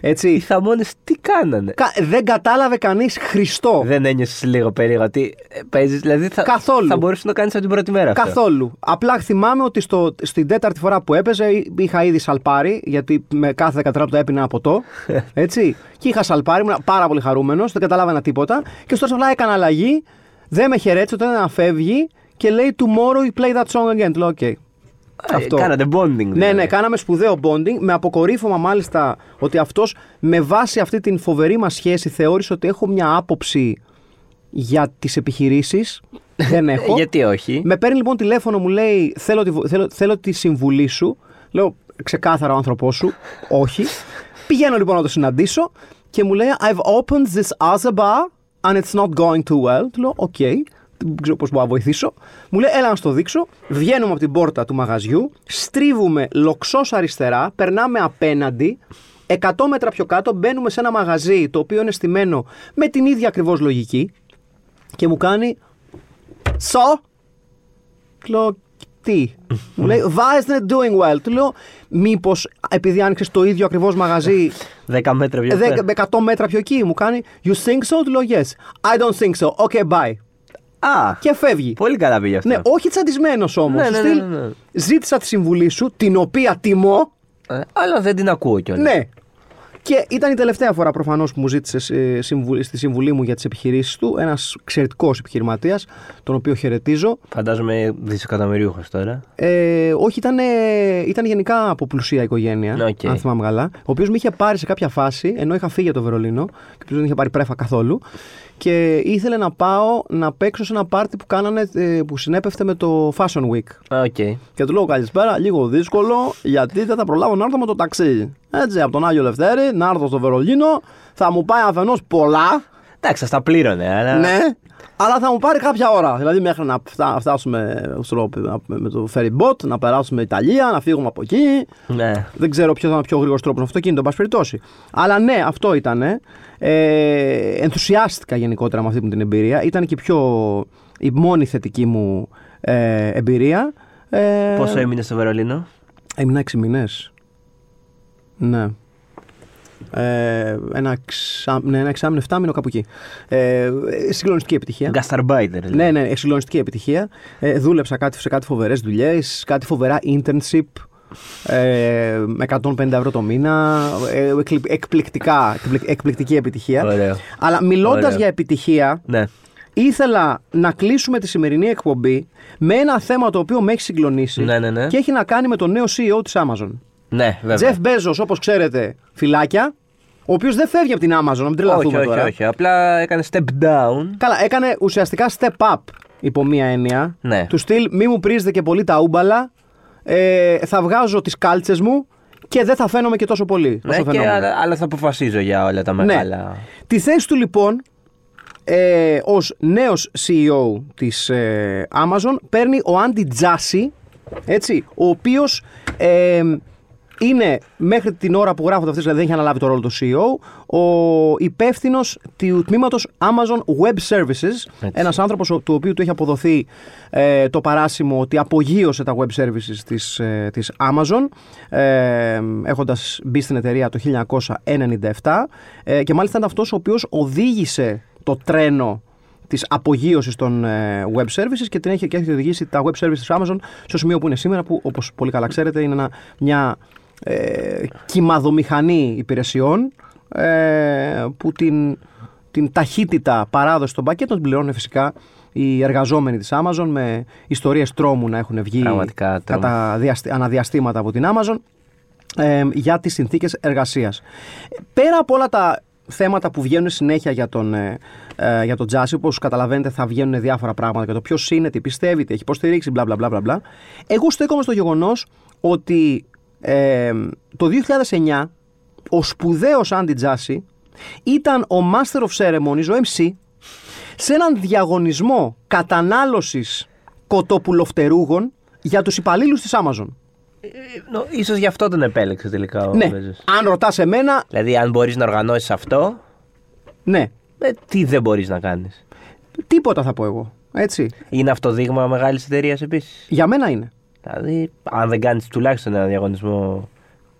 S2: Οι
S1: Έτσι.
S2: θαμώνες τι κάνανε.
S1: Κα- δεν κατάλαβε κανείς Χριστό.
S2: Δεν ένιωσες λίγο περίεργα ότι παίζεις. Δηλαδή θα,
S1: Καθόλου.
S2: θα μπορούσε να το κάνεις από την πρώτη μέρα. αυτό.
S1: Καθόλου. Απλά θυμάμαι ότι στο, στην τέταρτη φορά που έπαιζε είχα ήδη σαλπάρει, γιατί με κάθε 14 του έπινα ένα ποτό. Έτσι. και είχα σαλπάρει, ήμουν πάρα πολύ χαρούμενος, δεν καταλάβαινα τίποτα. Και στο τέλος απλά έκανα αλλαγή, δεν με χαιρέτησε, όταν να φεύγει και λέει Tomorrow you play that song again. Του λέω, «Οκ».
S2: Ε,
S1: Αυτό.
S2: Κάνατε bonding.
S1: Ναι,
S2: δηλαδή.
S1: ναι, κάναμε σπουδαίο bonding με αποκορύφωμα μάλιστα ότι αυτός με βάση αυτή την φοβερή μας σχέση θεώρησε ότι έχω μια άποψη για τις επιχειρήσεις. δεν έχω.
S2: Ε, Γιατί όχι.
S1: Με παίρνει λοιπόν τηλέφωνο, μου λέει: Θέλω τη, βο- θέλω, θέλω τη συμβουλή σου. Λέω ξεκάθαρα ο άνθρωπός σου. Όχι. Πηγαίνω λοιπόν να το συναντήσω και μου λέει: I've opened this other bar and it's not going too well. Του λέω: Οκ. Δεν ξέρω πώς μπορώ να βοηθήσω. Μου λέει: Έλα να στο δείξω. Βγαίνουμε από την πόρτα του μαγαζιού, στρίβουμε λοξός αριστερά, περνάμε απέναντι. 100 μέτρα πιο κάτω μπαίνουμε σε ένα μαγαζί το οποίο είναι στημένο με την ίδια ακριβώς λογική και μου κάνει So, του λέω, τι. Μου λέει, why isn't it doing well. Του λέω, μήπως επειδή άνοιξες το ίδιο ακριβώς μαγαζί
S2: Δέκα μέτρα πιο
S1: Ε, δέκα-
S2: πέρα.
S1: με 100 μέτρα πιο εκεί, μου κάνει, you think so. Του λέω, yes. I don't think so. Okay, bye.
S2: Α,
S1: Και φεύγει.
S2: πολύ καλά πήγε αυτό.
S1: Ναι, όχι τσαντισμένος όμως.
S2: Ναι, ναι, ναι, ναι, ναι.
S1: Ζήτησα τη συμβουλή σου, την οποία τιμώ.
S2: Ε, αλλά δεν την ακούω κιόλας.
S1: Ναι. Και ήταν η τελευταία φορά προφανώς που μου ζήτησες ε, συμβου- στη συμβουλή μου για τις επιχειρήσεις του ένας εξαιρετικός επιχειρηματίας, τον οποίο χαιρετίζω.
S2: Φαντάζομαι δισεκατομμυρίουχος τώρα.
S1: Ε, όχι, ήταν, ε, ήταν γενικά από πλουσία οικογένεια.
S2: Οκ.
S1: Αν θυμάμαι καλά. Ο οποίος με είχε πάρει σε κάποια φάση, ενώ είχα φύγει από το Βερολίνο, και ο οποίος δεν είχε πάρει πρέφα καθόλου. Και ήθελε να πάω να παίξω σε ένα πάρτι που, κάνανε, ε, που συνέπευτε με το Fashion Week.
S2: Α, Οκ.
S1: Και του λέω καλησπέρα, λίγο δύσκολο, γιατί δεν θα προλάβω να έρθω με το ταξί. Έτσι, από τον Άγιο Λευτέρη, να έρθω στο Βερολίνο, θα μου πάει αφενός πολλά,
S2: Εντάξει, θα τα πλήρωνε, αλλά.
S1: Ναι. Αλλά θα μου πάρει κάποια ώρα. Δηλαδή, μέχρι να φτα- φτάσουμε ξέρω, με το ferry boat, να περάσουμε Ιταλία, να φύγουμε από εκεί.
S2: ναι.
S1: Δεν ξέρω ποιος θα είναι ο πιο γρήγορος τρόπος αυτοκίνητο, εν πάση περιπτώσει. Αλλά ναι, αυτό ήταν. Ε, ενθουσιάστηκα γενικότερα με αυτή μου την εμπειρία. Ήταν και πιο η μόνη θετική μου ε, εμπειρία. Ε,
S2: Πόσο έμεινες στο Βερολίνο,
S1: Έμεινα 6 μήνες. Ναι. Ε, ένα, εξά, ναι, ένα εξάμεινο, 7 μήνο κάπου εκεί. Ε, συγκλονιστική επιτυχία.
S2: Γκασταρμπάιτερ. δηλαδή.
S1: Ναι, ναι, συγκλονιστική επιτυχία. Ε, δούλεψα κάτι, σε κάτι φοβερές δουλειές, κάτι φοβερά internship. Ε, με 150 ευρώ το μήνα. Ε, εκλη- εκπληκτικά, εκπληκ- εκπληκτική επιτυχία.
S2: Ωραίο.
S1: Αλλά μιλώντας
S2: Ωραίο.
S1: για επιτυχία,
S2: Ναι.
S1: ήθελα να κλείσουμε τη σημερινή εκπομπή με ένα θέμα το οποίο με έχει συγκλονίσει
S2: Ναι, ναι, ναι.
S1: και έχει να κάνει με τον νέο CEO της Amazon.
S2: Ναι, βέβαια.
S1: Τζεφ Μπέζος, όπως ξέρετε, φυλάκια, ο οποίος δεν φεύγει από την Amazon, να μην τρελαθούμε
S2: όχι, όχι,
S1: τώρα.
S2: όχι. Απλά έκανε step down.
S1: Καλά, έκανε ουσιαστικά step up υπό μία έννοια.
S2: Ναι.
S1: Του στυλ μη μου πρίζετε και πολύ τα ούμπαλα. Ε, θα βγάζω τις κάλτσες μου και δεν θα φαίνομαι και τόσο πολύ.
S2: Ναι,
S1: όσο
S2: και,
S1: φαινόμουν».
S2: αλλά, αλλά θα αποφασίζω για όλα
S1: Ναι.
S2: τα μεγάλα.
S1: Τη θέση του λοιπόν ε, ως νέος CEO της ε, Amazon παίρνει ο Άντι Τζάσι, έτσι, ο οποίος ε, είναι μέχρι την ώρα που γράφονται αυτές, δηλαδή δεν έχει αναλάβει το ρόλο του CEO, ο υπεύθυνος του τμήματος Amazon Web Services, ένας άνθρωπος ο- του οποίου του έχει αποδοθεί ε, το παράσημο ότι απογείωσε τα web services της, ε, της Amazon, ε, έχοντας μπει στην εταιρεία το 1997 ε, και μάλιστα ήταν αυτός ο οποίος οδήγησε το τρένο της απογείωσης των ε, web services και την έχει, και έχει οδηγήσει τα web services της Amazon στο σημείο που είναι σήμερα που όπως πολύ καλά ξέρετε είναι ένα, μια ε, κυμαδομηχανή υπηρεσιών ε, που την, την ταχύτητα παράδοσης των πακέτων την πληρώνουν φυσικά οι εργαζόμενοι της Amazon με ιστορίες τρόμου να έχουν βγει
S2: Πραγματικά τρόμο.
S1: κατά διαστη- αναδιαστήματα από την Amazon ε, για τις συνθήκες εργασίας. Πέρα από όλα τα θέματα που βγαίνουν συνέχεια για τον, ε, ε, για τον Τζάσι, όπως καταλαβαίνετε θα βγαίνουν διάφορα πράγματα για το ποιος είναι, τι πιστεύει, τι έχει υποστηρίξει, μπλα μπλα μπλα μπλα, μπλα. Εγώ στέκομαι στο γεγονός ότι ε, το 2009 ο σπουδαίος Άντι Τζάσι ήταν ο Master of Ceremonies, ο MC, σε έναν διαγωνισμό κατανάλωσης κοτόπουλοφτερούγων για τους υπαλλήλους της Amazon.
S2: Ε, Νο- Ίσως γι' αυτό τον επέλεξες τελικά ο
S1: ναι,
S2: Μπέζος.
S1: αν ρωτάς εμένα,
S2: Δηλαδή, αν μπορείς να οργανώσεις αυτό,
S1: ναι,
S2: ε, τι δεν μπορείς να κάνεις.
S1: τίποτα θα πω εγώ, έτσι.
S2: Είναι αυτό δείγμα μεγάλης εταιρείας επίσης.
S1: Για μένα είναι.
S2: Δηλαδή, αν δεν κάνεις τουλάχιστον ένα διαγωνισμό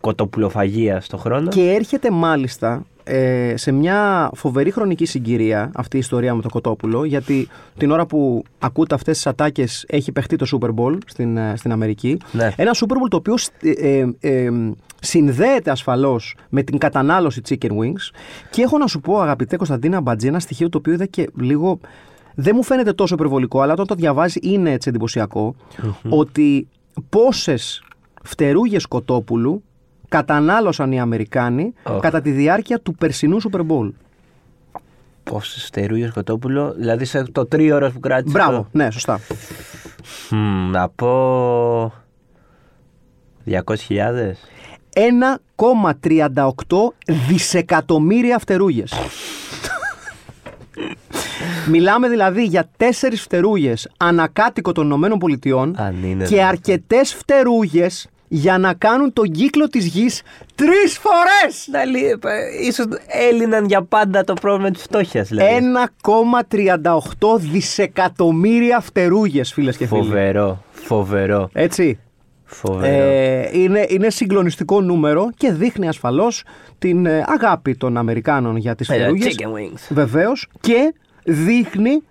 S2: κοτοπουλοφαγία το χρόνο.
S1: Και έρχεται μάλιστα ε, σε μια φοβερή χρονική συγκυρία αυτή η ιστορία με το Κοτόπουλο, γιατί την ώρα που ακούτε αυτές τις ατάκες έχει παιχτεί το Super Bowl στην, ε, στην Αμερική.
S2: Ναι.
S1: Ένα Super Bowl το οποίο ε, ε, ε, συνδέεται ασφαλώς με την κατανάλωση chicken wings και έχω να σου πω αγαπητέ Κωνσταντίνα Μπατζή ένα στοιχείο το οποίο είδα και λίγο... Δεν μου φαίνεται τόσο υπερβολικό, αλλά όταν το διαβάζει είναι έτσι εντυπωσιακό, ότι πόσες φτερούγες κοτόπουλου κατανάλωσαν οι Αμερικάνοι
S2: Οχ.
S1: κατά τη διάρκεια του περσινού Super Bowl.
S2: Πόσες στερούγε κοτόπουλο, δηλαδή σε το τρίωρος που κράτησε.
S1: Μπράβο,
S2: το-
S1: ναι, σωστά.
S2: Μμμ, να πω. 200.000.
S1: 1,38 δισεκατομμύρια φτερούγες. Μιλάμε δηλαδή για τέσσερις φτερούγες ανακάτοικο των Ηνωμένων Πολιτειών
S2: Αν είναι ναι.
S1: και
S2: δυνατόν.
S1: αρκετές φτερούγες για να κάνουν τον κύκλο της γης τρεις φορές!
S2: Δηλαδή, ίσως έλυναν για πάντα το πρόβλημα τη φτώχεια. Δηλαδή.
S1: 1,38 δισεκατομμύρια φτερούγες φίλες και φίλοι.
S2: Φοβερό, φοβερό,
S1: Έτσι.
S2: φοβερό.
S1: Ε, είναι, είναι συγκλονιστικό νούμερο και δείχνει ασφαλώς την ε, αγάπη των Αμερικάνων για τις
S2: Ε, τα
S1: φτερούγες.
S2: chicken wings.
S1: Βεβαίως και δείχνει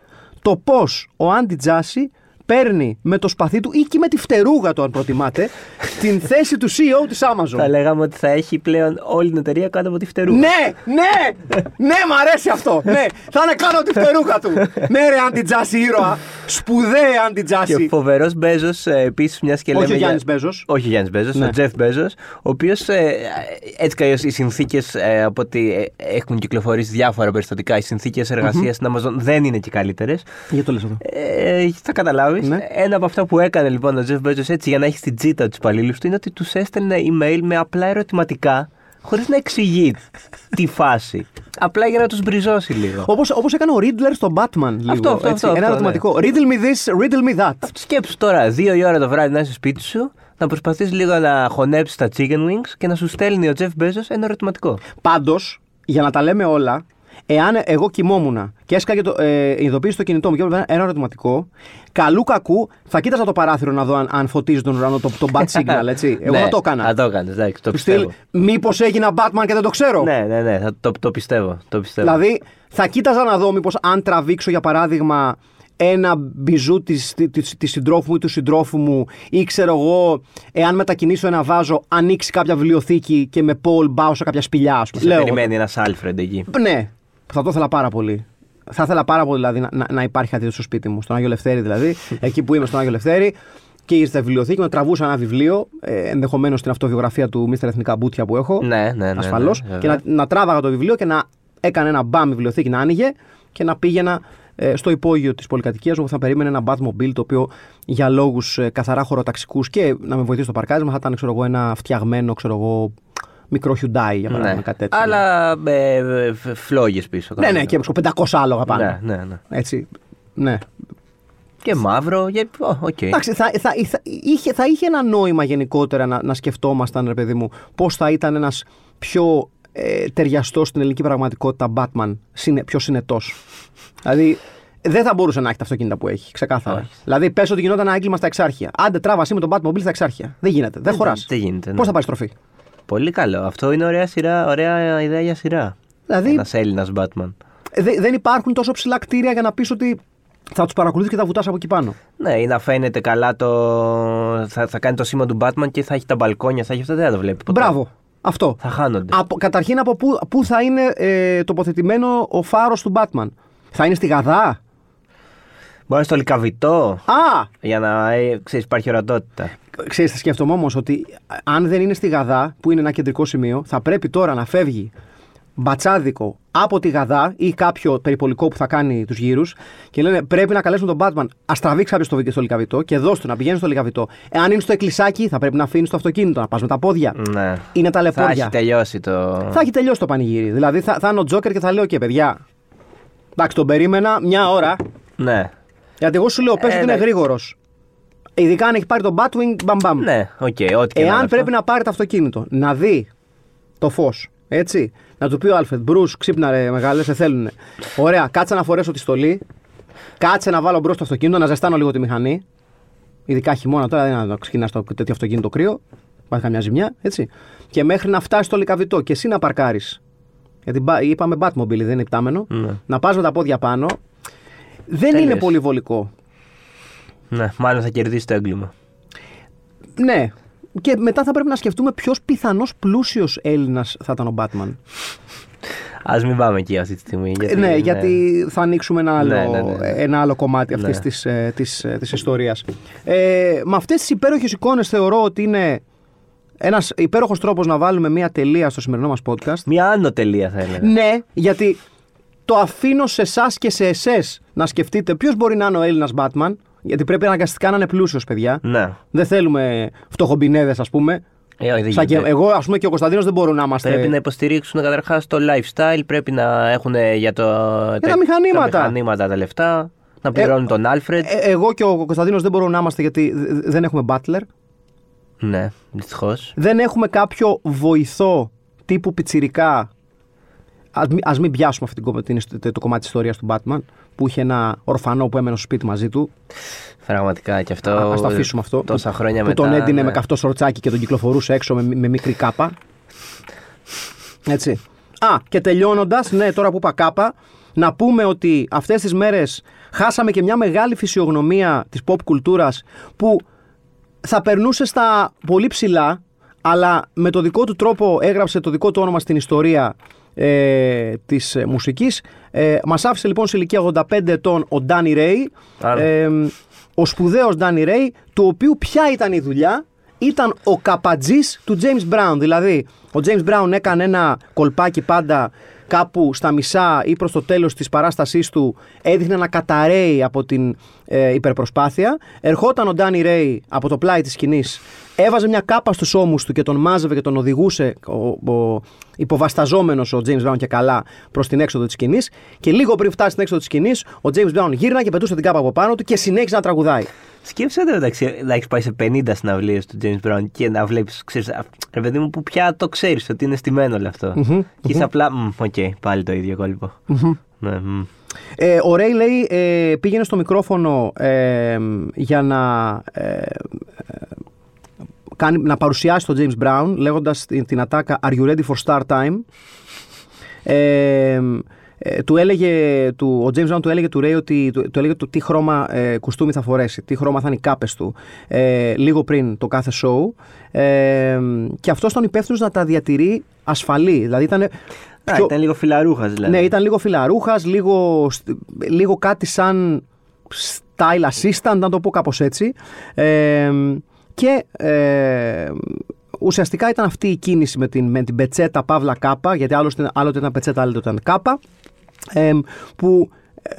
S1: το πώς ο Άντι Τζάσι παίρνει με το σπαθί του ή και με τη φτερούγα του αν προτιμάτε την θέση του CEO της Amazon.
S2: Θα λέγαμε ότι θα έχει πλέον όλη την εταιρεία κάτω από τη φτερούγα.
S1: Ναι, ναι, ναι, μ' αρέσει αυτό. Ναι, θα είναι κάτω από τη φτερούγα του. Ναι, ρε, αντιτζάσι ήρωα. Σπουδαία
S2: Και
S1: αντιτζάσι.
S2: φοβερός Μπέζος επίσης, μιας ε,
S1: Όχι
S2: και λέμε.
S1: ο
S2: για-
S1: Γιάννης Μπέζος. Ναι.
S2: Όχι ο Γιάννης Μπέζος, ο Τζεφ Μπέζος, ο οποίος έτσι κι αλλιώς οι συνθήκες από ότι ε, έχουν κυκλοφορήσει διάφορα περιστατικά, οι συνθήκες εργασίας στην Amazon δεν είναι και καλύτερες.
S1: Γιατί το λες αυτό.
S2: Ε, θα καταλάβεις.
S1: Ναι.
S2: Ένα από αυτά που έκανε λοιπόν ο Τζεφ Μπέζο έτσι για να έχει την τσίτα τους υπαλλήλου του είναι ότι τους έστελνε email με απλά ερωτηματικά χωρίς να εξηγεί τη φάση. Απλά για να τους μπριζώσει λίγο.
S1: Όπως, όπως έκανε ο Ρίτλερ στον Batman λίγο,
S2: Αυτό, αυτό,
S1: έτσι.
S2: αυτό,
S1: Ένα
S2: αυτό, ναι.
S1: ερωτηματικό. Riddle me this, riddle me that.
S2: Σκέψου τώρα, δύο η ώρα το βράδυ να είσαι σπίτι σου, να προσπαθείς λίγο να χωνέψεις τα chicken wings και να σου στέλνει ο Τζεφ Μπέζο ένα ερωτηματικό.
S1: Πάντως, για να τα λέμε όλα, εάν εγώ κοιμόμουν και έσκαγε το, ε, η ειδοποίηση στο κινητό μου και έβλεπα ένα ερωτηματικό, καλού κακού θα κοίταζα το παράθυρο να δω αν, αν φωτίζει τον ουρανό το, το bat signal, έτσι. Εγώ
S2: Ναι,
S1: θα το έκανα.
S2: Θα το έκανες, εντάξει, το
S1: Του στυλ,
S2: πιστεύω.
S1: μήπως έγινα Batman και δεν το ξέρω.
S2: Ναι, ναι, ναι, θα, το, το πιστεύω. Το πιστεύω.
S1: Δηλαδή, θα κοίταζα να δω μήπως αν τραβήξω για παράδειγμα ένα μπιζού της, της, της συντρόφου μου ή του συντρόφου μου ή ξέρω εγώ, εάν μετακινήσω ένα βάζο, ανοίξει κάποια βιβλιοθήκη και με πόλ μπάω σε κάποια σπηλιά, ας πούμε.
S2: σε
S1: Λέω εγώ.
S2: περιμένει ένας Άλφρεντ εκεί.
S1: Ναι, θα το ήθελα πάρα πολύ. Θα ήθελα πάρα πολύ δηλαδή, να, να- να υπάρχει κάτι τέτοιο στο σπίτι μου, στον Άγιο Λευτέρη δηλαδή, εκεί που είμαι στον Άγιο Λευτέρη και ήρθε στη βιβλιοθήκη, να τραβούσα ένα βιβλίο, ε, ενδεχομένως την αυτοβιογραφία του Μίστερ Εθνικά Μπούτια που έχω.
S2: Ναι, ναι, ναι, ναι,
S1: Ασφαλώ.
S2: βέβαια.
S1: και να, να τράβαγα το βιβλίο και να έκανε ένα μπαμ η βιβλιοθήκη να άνοιγε και να πήγαινα ε, στο υπόγειο της πολυκατοικίας όπου θα περίμενε ένα Batmobile το οποίο για λόγους ε, καθαρά χωροταξικούς και να με βοηθήσει στο παρκάρισμα θα ήταν ξέρω εγώ, ένα φτιαγμένο ξέρω εγώ, μικρό Hyundai για παράδειγμα.
S2: Ναι.
S1: Κάτι τέτοιο.
S2: Αλλά ε, φλόγες πίσω.
S1: Ναι, ναι,
S2: κανονικά.
S1: και 500 άλογα πάνω.
S2: Ναι, ναι, ναι.
S1: Έτσι. Ναι.
S2: Και μαύρο. Και... Ω, οκ.
S1: Εντάξει, θα, θα, θα, είχε, θα είχε ένα νόημα γενικότερα να, να σκεφτόμασταν, ρε παιδί μου, πώς θα ήταν ένας πιο ε, ταιριαστός στην ελληνική πραγματικότητα Batman, συνε, πιο συνετός. Δηλαδή, δεν θα μπορούσε να έχει τα αυτοκίνητα που έχει, ξεκάθαρα.
S2: Όχι.
S1: Δηλαδή, πες ότι γινόταν ένα έγκλημα στα εξάρχεια. Άντε, τράβασή με τον Batmobile στα εξάρχεια. Δεν γίνεται, δεν χωράς.
S2: δεν γίνεται, ναι.
S1: Πώ θα πάρεις στροφή.
S2: Πολύ καλό. Αυτό είναι ωραία, σειρά, ωραία ιδέα για σειρά.
S1: Δηλαδή,
S2: Ένας Έλληνας Batman.
S1: δε- δεν υπάρχουν τόσο ψηλά κτίρια για να πεις ότι θα τους παρακολουθείς και θα βουτάς από εκεί πάνω.
S2: Ναι, ή να φαίνεται καλά το. Θα, θα κάνει το σήμα του Batman και θα έχει τα μπαλκόνια, θα έχει αυτά. Δεν θα το βλέπει ποτέ.
S1: Μπράβο. Αυτό.
S2: Θα χάνονται.
S1: Από, καταρχήν από πού, πού θα είναι ε, τοποθετημένο ο φάρος του Batman. Θα είναι στη Γαδά.
S2: Μπορεί στο λικαβιτό.
S1: Α!
S2: Για να ε, ξέρεις, υπάρχει ορατότητα.
S1: Ξέρεις, θα σκέφτομαι όμως ότι ε, αν δεν είναι στη Γαδά, που είναι ένα κεντρικό σημείο, θα πρέπει τώρα να φεύγει μπατσάδικο από τη Γαδά ή κάποιο περιπολικό που θα κάνει τους γύρους και λένε πρέπει να καλέσουν τον Batman. Ας τραβήξει κάποιος στο, στο λικαβιτό και δώσ' του να πηγαίνει στο λικαβιτό. Εάν είναι στο εκκλησάκι θα πρέπει να αφήνει το αυτοκίνητο, να πας με τα πόδια.
S2: Ναι.
S1: Είναι τα
S2: Θα
S1: λεπόδια.
S2: έχει τελειώσει το.
S1: Θα έχει τελειώσει το πανηγύρι. Δηλαδή θα, θα είναι ο Τζόκερ και θα λέω και παιδιά. Εντάξει, τον περίμενα μια ώρα.
S2: Ναι.
S1: Γιατί εγώ σου λέω πες
S2: Ε,
S1: ότι είναι
S2: εντάξει.
S1: γρήγορος. Ειδικά αν έχει πάρει τον Batwing, μπαμ μπαμ.
S2: Ναι, οκ, ό,τι και
S1: Εάν
S2: είναι
S1: πρέπει
S2: αυτό.
S1: να πάρει το αυτοκίνητο, να δει το φως. Έτσι. Να του πει ο Άλφρεντ, Μπρουζ, ξύπνα ρε μεγάλε, σε θέλουνε. Ωραία, κάτσε να φορέσω τη στολή. Κάτσε να βάλω μπρος το αυτοκίνητο, να ζεστάνω λίγο τη μηχανή. Ειδικά χειμώνα τώρα, δεν είναι να ξεκινάς το τέτοιο αυτοκίνητο κρύο. Υπάρχει καμιά ζημιά, έτσι. Και μέχρι να φτάσει στο λικαβιτό και εσύ να παρκάρεις. Γιατί μπα- είπαμε Batmobile, δεν είναι υπτάμενο.
S2: Ναι.
S1: Να πας με τα πόδια πάνω. Δεν
S2: Τέλειες.
S1: είναι πολύ βολικό.
S2: Ναι, μάλλον θα κερδίσει το έγκλημα.
S1: Ναι. Και μετά θα πρέπει να σκεφτούμε ποιος πιθανός πλούσιος Έλληνας θα ήταν ο Batman.
S2: Ας μην πάμε εκεί αυτή τη στιγμή. Γιατί,
S1: ναι, γιατί θα ανοίξουμε ένα άλλο,
S2: Ναι, ναι, ναι, ναι.
S1: Ένα άλλο κομμάτι αυτής
S2: Ναι.
S1: της, ε, της, ε, της ιστορίας. Ε, με αυτές τις υπέροχες εικόνες θεωρώ ότι είναι ένας υπέροχος τρόπος να βάλουμε μία τελεία στο σημερινό μας podcast.
S2: Μια άνω τελεία θα έλεγα.
S1: Ναι, γιατί το αφήνω σε εσάς και σε εσές να σκεφτείτε ποιος μπορεί να είναι ο Έλληνας Batman. Γιατί πρέπει αναγκαστικά να είναι πλούσιος, παιδιά.
S2: Ναι.
S1: Δεν θέλουμε φτωχομπινέδες, ας πούμε.
S2: Ε, όχι, δεν
S1: Σαν και
S2: γίνεται.
S1: εγώ, ας πούμε, και ο Κωνσταντίνος δεν μπορούν να είμαστε.
S2: Πρέπει να υποστηρίξουν καταρχάς το lifestyle, πρέπει να έχουν για, το, για
S1: Ε, τα μηχανήματα.
S2: τα μηχανήματα τα λεφτά, να πληρώνουν τον Άλφρεντ.
S1: Ε, εγώ και ο Κωνσταντίνος δεν μπορούν να είμαστε γιατί δε- δε- δεν έχουμε butler. ε.
S2: ναι, δυστυχώς.
S1: Δεν έχουμε κάποιο βοηθό τύπου πιτσιρικά. Ας μην, ας μην πιάσουμε αυτή την, κομ- την- το, το κομμάτι της ιστορίας του Batman που είχε ένα ορφανό που έμενε στο σπίτι μαζί του.
S2: Πραγματικά και αυτό.
S1: Α ας το αφήσουμε αυτό.
S2: Ε, Τόσα χρόνια
S1: που
S2: μετά.
S1: τον έντυνε
S2: ναι.
S1: με καυτό σορτσάκι και τον κυκλοφορούσε έξω με, με μικρή κάπα. Έτσι. Α, και τελειώνοντας, ναι, τώρα που είπα κάπα, να πούμε ότι αυτές τις μέρες χάσαμε και μια μεγάλη φυσιογνωμία της pop κουλτούρας που θα περνούσε στα πολύ ψηλά, αλλά με το δικό του τρόπο έγραψε το δικό του όνομα στην ιστορία ε, της ε, μουσικής. Ε, μας άφησε λοιπόν σε ηλικία 85 ετών ο Ντάνι Ρέι,
S2: Άρα.
S1: ε, ο σπουδαίος Ντάνι Ρέι, του οποίου ποια ήταν η δουλειά, ήταν ο καπατζής του James Brown. Δηλαδή, ο James Brown έκανε ένα κολπάκι πάντα κάπου στα μισά ή προς το τέλος της παράστασής του έδειχνε να καταραίει από την ε, υπερπροσπάθεια. Ερχόταν ο Ντάνι Ρέι από το πλάι της σκηνής, έβαζε μια κάπα στους ώμους του και τον μάζευε και τον οδηγούσε ο, ο υποβασταζόμενος ο James Brown και καλά προς την έξοδο της σκηνής. Και λίγο πριν φτάσει στην έξοδο της σκηνής, ο James Brown γύρνα και πετούσε την κάπα από πάνω του και συνέχισε να τραγουδάει.
S2: Σκέψτε το μεταξύ να έχεις πάει σε 50 συναυλίες του James Brown και να βλέπεις. Ρε παιδί μου, που πια το ξέρεις ότι είναι στημένο όλο αυτό.
S1: Μμμ,
S2: Και είσαι απλά. «Μμ, Οκ, πάλι το ίδιο κόλπο. Ναι, μμ.
S1: Ε, ο Ρέι λέει ε, πήγαινε στο μικρόφωνο ε, για να, ε, ε, κάνει, να παρουσιάσει τον James Brown λέγοντας την, την ατάκα Are you ready for star time? Ε, ε, του έλεγε, του, ο James Brown του έλεγε του Ρέι ότι του, του έλεγε το τι χρώμα ε, κουστούμι θα φορέσει, τι χρώμα θα είναι οι κάπες του ε, λίγο πριν το κάθε show ε, και αυτός τον υπεύθυνος να τα διατηρεί ασφαλή. Δηλαδή ήταν
S2: Α,
S1: πιο-
S2: ήταν λίγο φιλαρούχας δηλαδή.
S1: ναι, ήταν λίγο φιλαρούχας, λίγο, λίγο κάτι σαν style assistant, να το πω κάπως έτσι. Ε, και ε, ουσιαστικά ήταν αυτή η κίνηση με την, με την πετσέτα Παύλα Κάπα, γιατί άλλωστε, άλλοτε ήταν πετσέτα, άλλοτε ήταν Κάπα, ε, που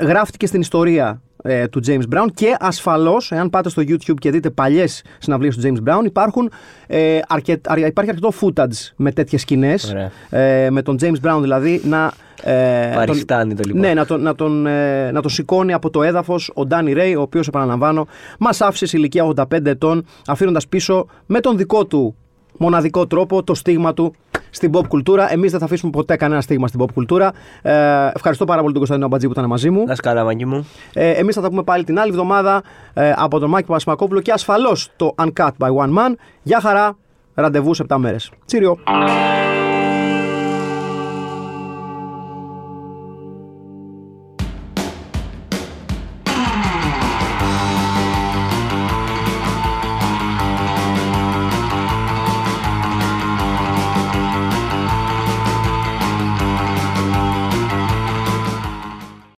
S1: γράφτηκε στην ιστορία ε, του James Brown και ασφαλώς, εάν πάτε στο YouTube και δείτε παλιές συναυλίες του James Brown, υπάρχουν, ε, αρκε- αρ- υπάρχει αρκετό footage με τέτοιες σκηνές,
S2: Ωραία.
S1: ε, με τον James Brown δηλαδή να... Ε,
S2: Παριστάνει το λοιπόν.
S1: Ναι, να τον, να, τον, ε, να τον σηκώνει από το έδαφος ο Ντάνι Ρέι, ο οποίος επαναλαμβάνω, μας άφησε σε ηλικία 85 ετών, αφήνοντας πίσω με τον δικό του μοναδικό τρόπο το στίγμα του στην pop κουλτούρα. Εμείς δεν θα αφήσουμε ποτέ κανένα στίγμα στην pop κουλτούρα. Ε, ευχαριστώ πάρα πολύ τον Κωνσταντινό Αμπατζή που ήταν μαζί μου.
S2: Να σκαλά, μαγκή μου.
S1: Ε, Εμείς θα τα πούμε πάλι την άλλη εβδομάδα ε, από τον Μάκη Παπασμακόπουλο και ασφαλώς το Uncut by One Man. Γεια χαρά, ραντεβού σε 7 μέρες. Τσίριο.
S3: Thank